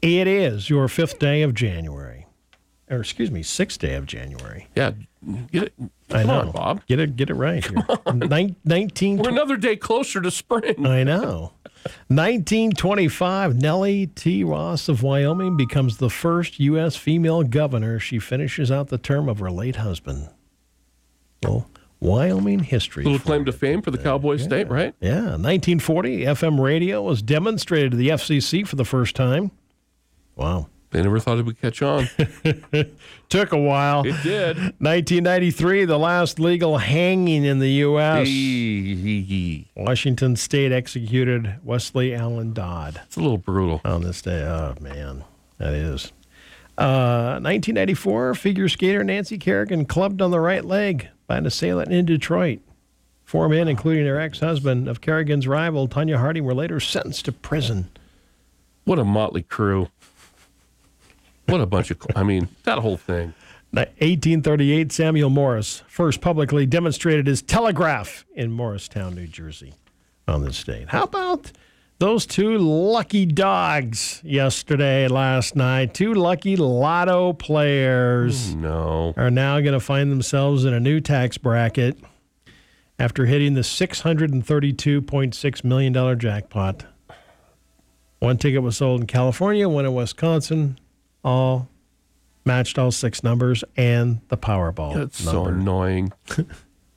It is your fifth day of January, or excuse me, sixth day of January. Yeah, get it. I Come know, on, Bob. Get it, get it right. Here. Nin- Nineteen. We're another day closer to spring. I know. 1925, Nellie T. Ross of Wyoming becomes the first U.S. female governor. She finishes out the term of her late husband. Well, Wyoming history. Little for claim you. to fame for the Cowboy State, right? Yeah, 1940, FM radio was demonstrated to the FCC for the first time. Wow. They never thought it would catch on. Took a while. It did. 1993, the last legal hanging in the U.S. it's Washington State executed Wesley Allen Dodd a little brutal. on this day. Oh, man, that is. Uh, 1994, figure skater Nancy Kerrigan clubbed on the right leg by an assailant in Detroit. Four men, including her ex husband of Kerrigan's rival, Tanya Harding, were later sentenced to prison. What a motley crew. What a bunch of. cl- I mean, that whole thing. 1838, Samuel Morris first publicly demonstrated his telegraph in Morristown, New Jersey, on this date. How about those two lucky dogs yesterday, last night? Two lucky lotto players No. are now going to find themselves in a new tax bracket after hitting the $632.6 million jackpot. One ticket was sold in California, one in Wisconsin, all matched all six numbers and the Powerball. That's so number. annoying.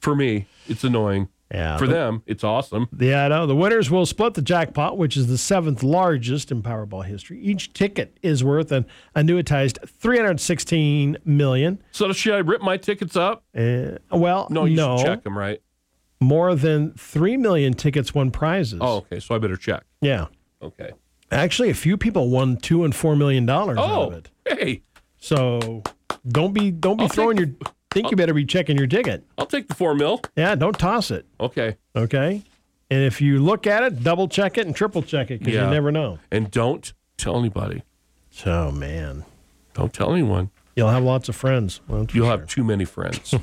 For me, it's annoying. Yeah, For the- them, it's awesome. Yeah, I know. The winners will split the jackpot, which is the seventh largest in Powerball history. Each ticket is worth an annuitized $316 million. So should I rip my tickets up? Uh, well, No, you should check them, right? more than 3 million tickets won prizes. Oh, okay. So I better check. Yeah. Okay. Actually, a few people won 2 and 4 million dollars out of Oh, it. hey, So, don't be don't be I'll take throwing the- your think you better be checking your ticket. I'll take the four mil. Yeah, don't toss it, Okay. okay? And if you look at it, double check it and triple check it cuz Yeah. you never know. And don't tell anybody. So, man, Don't tell anyone. you'll have lots of friends. won't you? You'll have too many friends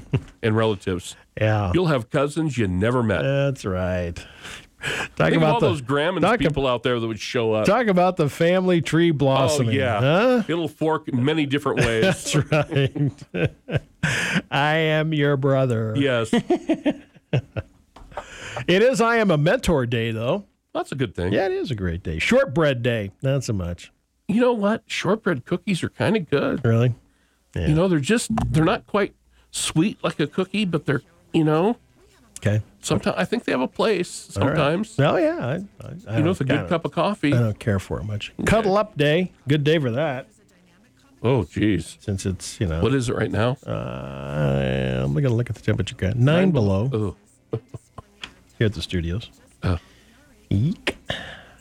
and relatives. yeah. You'll have cousins you never met. That's right. Talk Think of about all the those Grammans talk, people out there that would show up. talk about the family tree oh, blossoming. yeah. Huh? It'll fork in many different ways. That's right. I am your brother. yes. It is I am a mentor day though. That's a good thing. Yeah, it is a great day. Shortbread day, not so much. You know what? Shortbread cookies are kind of good. Really? You know, they're just, they're not quite sweet like a cookie, but they're, you know, Okay. sometimes, I think they have a place All right. sometimes. Oh yeah. I, I, I You know, don't- with a I good don't- cup of coffee. I don't care for it much. Cuddle up day. Good day for that. Oh, geez. Since it's you know. What is it right now? uh, I'm gonna look at the temperature. Guy. Nine, below Oh, here at the studios. Oh. Eek.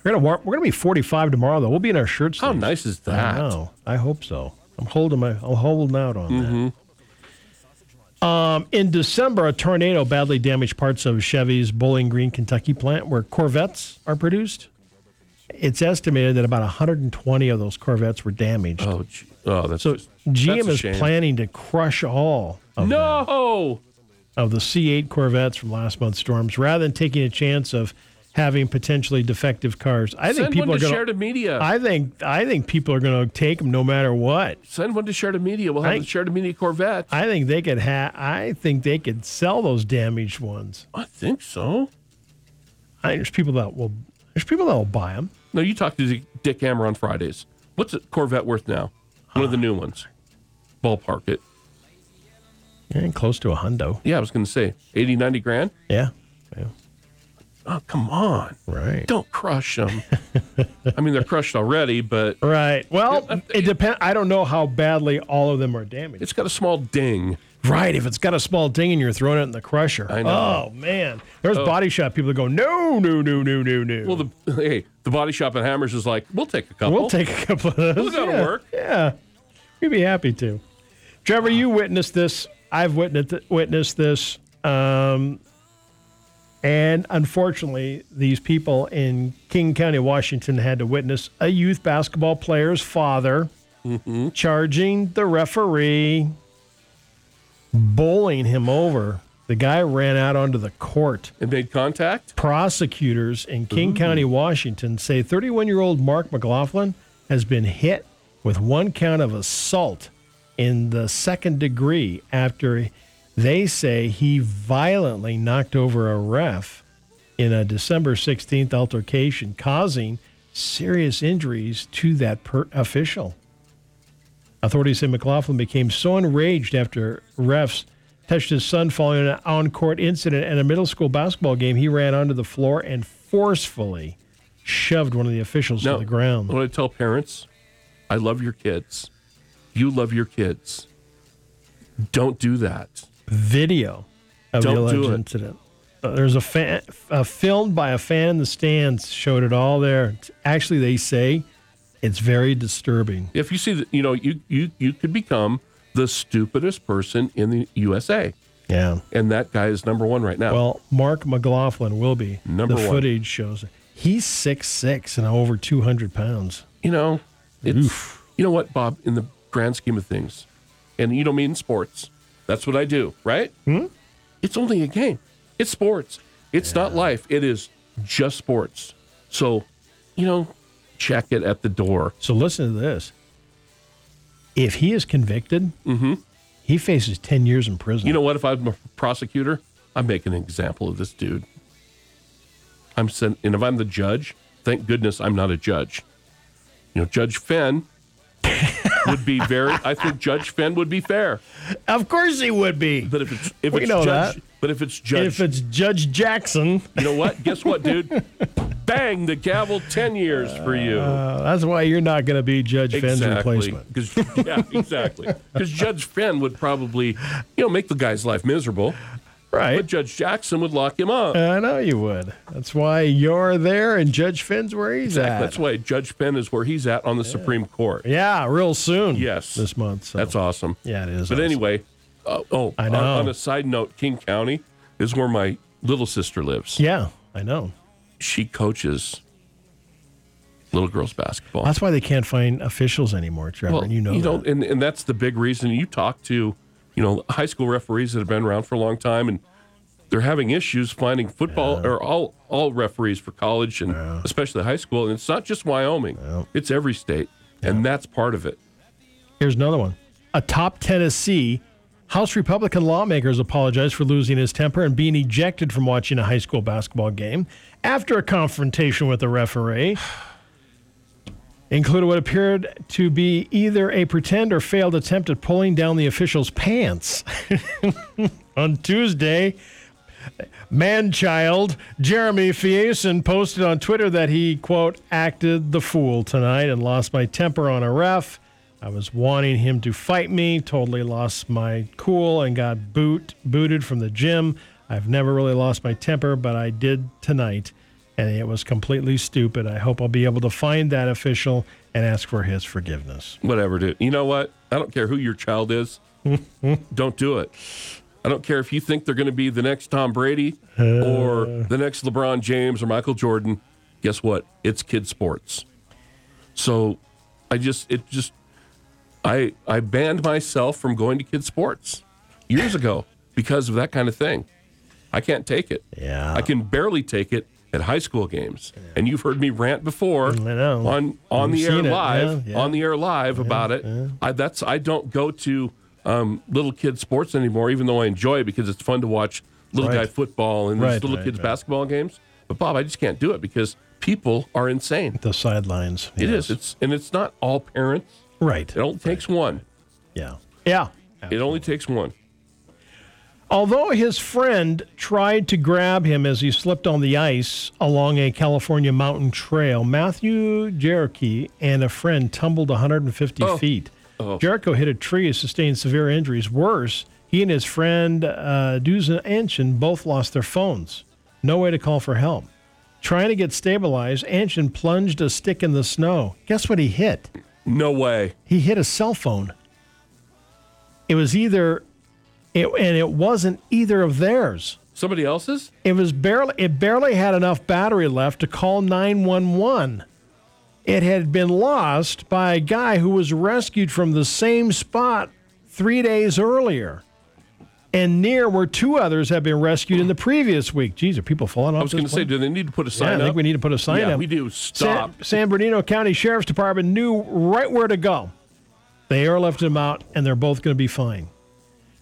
We're gonna war- we're gonna be 45 tomorrow though. We'll be in our shirts. how nice is I that? know. I hope so. I'm holding my. I'm holding out on Mm-hmm. that. Um, in December, a tornado badly damaged parts of Chevy's Bowling Green, Kentucky plant where Corvettes are produced. It's estimated that about 120 of those Corvettes were damaged. Oh, gee. oh, that's so just- GM that's a is shame. Oh, planning to crush all of, No, of the C8 Corvettes from last month's storms, rather than taking a chance of having potentially defective cars. I think send people one are to going shared media. I think I think people are going to take them no matter what. send one to shared media. We'll have I- the shared media Corvette. I, I think they could have. I think they could sell those damaged ones. think so. I think there's people that will. There's people that will buy them. No, you talk to Dick- Dick Hammer on Fridays. What's a Corvette worth now? One of the new ones. Ballpark it. Yeah, close to a hundo. Yeah, I was going to say 80, 90 grand. Yeah. Yeah. Oh, come on. Right. Don't crush them. I mean, they're crushed already, but Right. Well, Yeah, I- it depends. I don't know how badly all of them are damaged. it's got a small ding. Right. If it's got a small ding and you're throwing it in the crusher. I know. Oh man. There's body shop people that go no no no no no no. Well, the hey, the body shop at Hammers is like, we'll take a couple. we'll take a couple of those. We'll go to Yeah. work. Yeah, we'd be happy to. Trevor, you witnessed this. I've witnessed witnessed this, um, and unfortunately, these people in King County, Washington, had to witness a youth basketball player's father charging the referee, bowling him over. The guy ran out onto the court. And made contact. Prosecutors in King County, Washington say 31 year old Mark McLaughlin has been hit with one count of assault in the second degree after they say he violently knocked over a ref in a December 16th altercation, causing serious injuries to that per- official. Authorities say McLaughlin became so enraged after refs touched his son following an on court incident at a middle school basketball game, he ran onto the floor and forcefully shoved one of the officials No. to the ground. What I tell parents, I love your kids. You love your kids. Don't do that. video of Don't the alleged do it. incident. Uh, there's a fan, a film by a fan in the stands showed it all there. It's- Actually, they say it's very disturbing. If you see that, you know, you you you could become the stupidest person in the USA, Yeah. and that guy is number one right now. Well, Mark McLaughlin will be. Number the one. footage shows he's six six and over two hundred pounds. you know, it's you know what, Bob, in the grand scheme of things, and you don't mean sports. That's what I do, right? Hmm? It's only a game. It's sports. It's not life. It is just sports. So, you know, check it at the door. So listen to this. If he is convicted, he faces ten years in prison. Mm-hmm. You know what? If I'm a prosecutor, I'm making an example of this dude. I'm sent, and if I'm the judge, thank goodness I'm not a judge. You know, Judge Fenn would be very. I think Judge Fenn would be fair. of course he would be. But if it's if We it's know judge, that. but if it's judge, If it's Judge Jackson, you know what? Guess what, dude? Bang the gavel, ten years for you. uh, that's why you're not going to be Judge Fenn's exactly. replacement. 'Cause- yeah, exactly. Because Judge Fenn would probably, you know, make the guy's life miserable. Right. But Judge Jackson would lock him up. I know you would. That's why you're there and Judge Finn's where he's That's why Judge Penn is where he's at on the Supreme Court. at. Yeah, real soon. Yes. This month. So. That's awesome. yeah, it is. But awesome. anyway, uh, oh, I on- know. On, a side note, King County is where my little sister lives. Yeah, I know. She coaches little girls basketball. That's why they can't find officials anymore, Trevor. and you know that. don't, and, and that's the big reason you talk to, you know, high school referees that have been around for a long time, and they're having issues finding football or all all referees for college and especially high school. And it's not just Wyoming; it's every state, and that's part of it. Here's another one. A top Tennessee House Republican lawmakers apologized for losing his temper and being ejected from watching a high school basketball game after a confrontation with a referee. Included what appeared to be either a pretend or failed attempt at pulling down the official's pants. On Tuesday, man child Jeremy Fiason posted on Twitter that he, quote, acted the fool tonight and lost my temper on a ref. I was wanting him to fight me, totally lost my cool and got boot booted from the gym. I've never really lost my temper, but I did tonight, and it was completely stupid. I hope I'll be able to find that official and ask for his forgiveness. Whatever, dude. You know what? I don't care who your child is. don't do it. I don't care if you think they're going to be the next Tom Brady or the next LeBron James or Michael Jordan. Guess what? It's kid sports. So I just it just I I banned myself from going to kid sports years ago because of that kind of thing. I can't take it. Yeah. I can barely take it at high school games. And you've heard me rant before know. on on We've the air seen it. live Yeah, yeah. on the air live about it. I that's I don't go to um, little kid sports anymore, even though I enjoy it because it's fun to watch little Right. guy football and these Right, little right, kids right. basketball games. But Bob, I just can't do it because people are insane. The sidelines. It is. It's and it's not all parents. Right. It only takes one. Yeah. Yeah. It only takes one. Although his friend tried to grab him as he slipped on the ice along a California mountain trail, Matthew Jericho and a friend tumbled 150 Oh. feet. Jericho hit a tree and sustained severe injuries. Worse, he and his friend uh, Dusan Anshin both lost their phones. No way to call for help. Trying to get stabilized, Anshin plunged a stick in the snow. Guess what he hit? No way. he hit a cell phone. It was either, it, and it wasn't either of theirs. Somebody else's? It was barely, it barely had enough battery left to call 911. It had been lost by a guy who was rescued from the same spot three days earlier. and near where two others have been rescued in the previous week. Geez, are people falling off? I was going to say, do they need to put a yeah, I sign think up? we need to put a sign yeah, up. we do. Stop. San, San Bernardino County Sheriff's Department knew right where to go. They airlifted them out, and they're both going to be fine.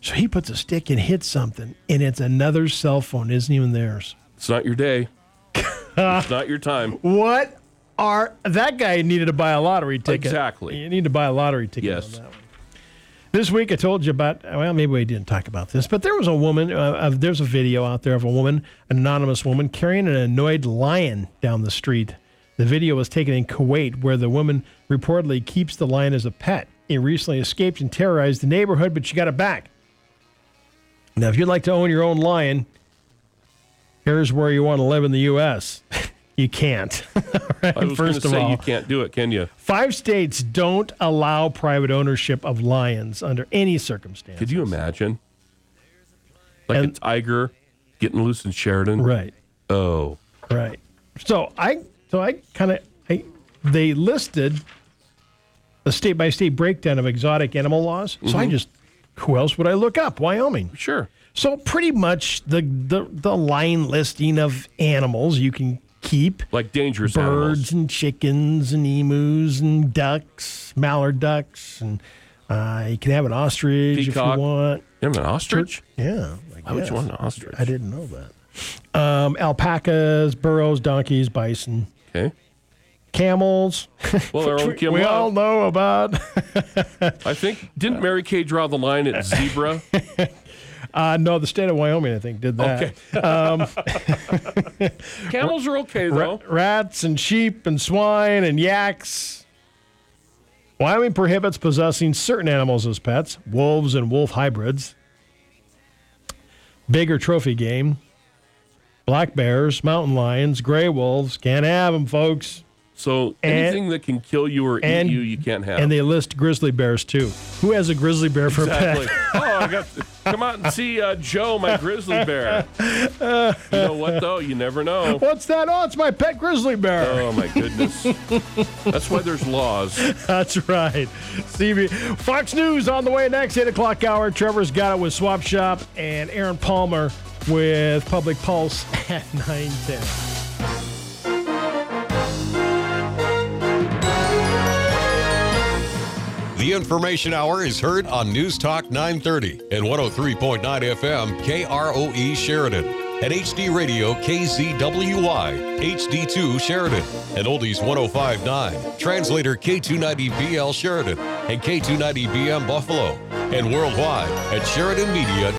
So he puts a stick and hits something, and it's another cell phone. Isn't even theirs. It's not your day. it's not your time. What are that guy needed to buy a lottery ticket? Exactly. You need to buy a lottery ticket. Yes. On that one. This week I told you about. Well, maybe we didn't talk about this, but there was a woman. Uh, uh, there's a video out there of a woman, an anonymous woman, carrying an annoyed lion down the street. The video was taken in Kuwait, where the woman reportedly keeps the lion as a pet. It recently escaped and terrorized the neighborhood, but she got it back. Now, if you'd like to own your own lion, here's where you want to live in the U.S. you can't. All right, I was going First to of say all, you can't do it, can you? five states don't allow private ownership of lions under any circumstance. Could you imagine? Like And- a tiger getting loose in Sheridan. Right, Oh, right. So I, so I kind of, I, they listed the state by state breakdown of exotic animal laws. So Mm-hmm. I just, who else would I look up? Wyoming. sure. So pretty much the the the line listing of animals you can keep. Like dangerous birds animals. and chickens and emus and ducks, mallard ducks, and uh, you can have an ostrich if Peacock. you want. You have an ostrich? Yeah, I Why would guess. you want an ostrich? I didn't know that. Um, alpacas, burros, donkeys, bison, Okay. camels. Well, our which own we Kim Lo- all know about. I think didn't Mary Kay draw the line at zebra? Uh, no, the state of Wyoming, I think, did that. Okay. Camels are okay Ra- though. rats and sheep and swine and yaks. Wyoming prohibits possessing certain animals as pets, wolves and wolf hybrids. Bigger trophy game. Black bears, mountain lions, gray wolves. Can't have them, folks. So And- anything that can kill you or and- eat you, you can't have. And they list grizzly bears, too. Who has a grizzly bear for a exactly. pet? oh, I got. Come out and see uh, Joe, my grizzly bear. You know what though? You never know. What's that? Oh, it's my pet grizzly bear. Oh my goodness. That's why there's laws. That's right. CB Fox News on the way next, 8 o'clock hour. Trevor's got it with Swap Shop and Aaron Palmer with Public Pulse at 910. The Information Hour is heard on News Talk 930 and 103.9 FM KROE E Sheridan. At HD Radio KZWY, HD2 Sheridan, and Oldies 1059, translator K290BL Sheridan, and K290BM Buffalo, and worldwide at SheridanMedia.com.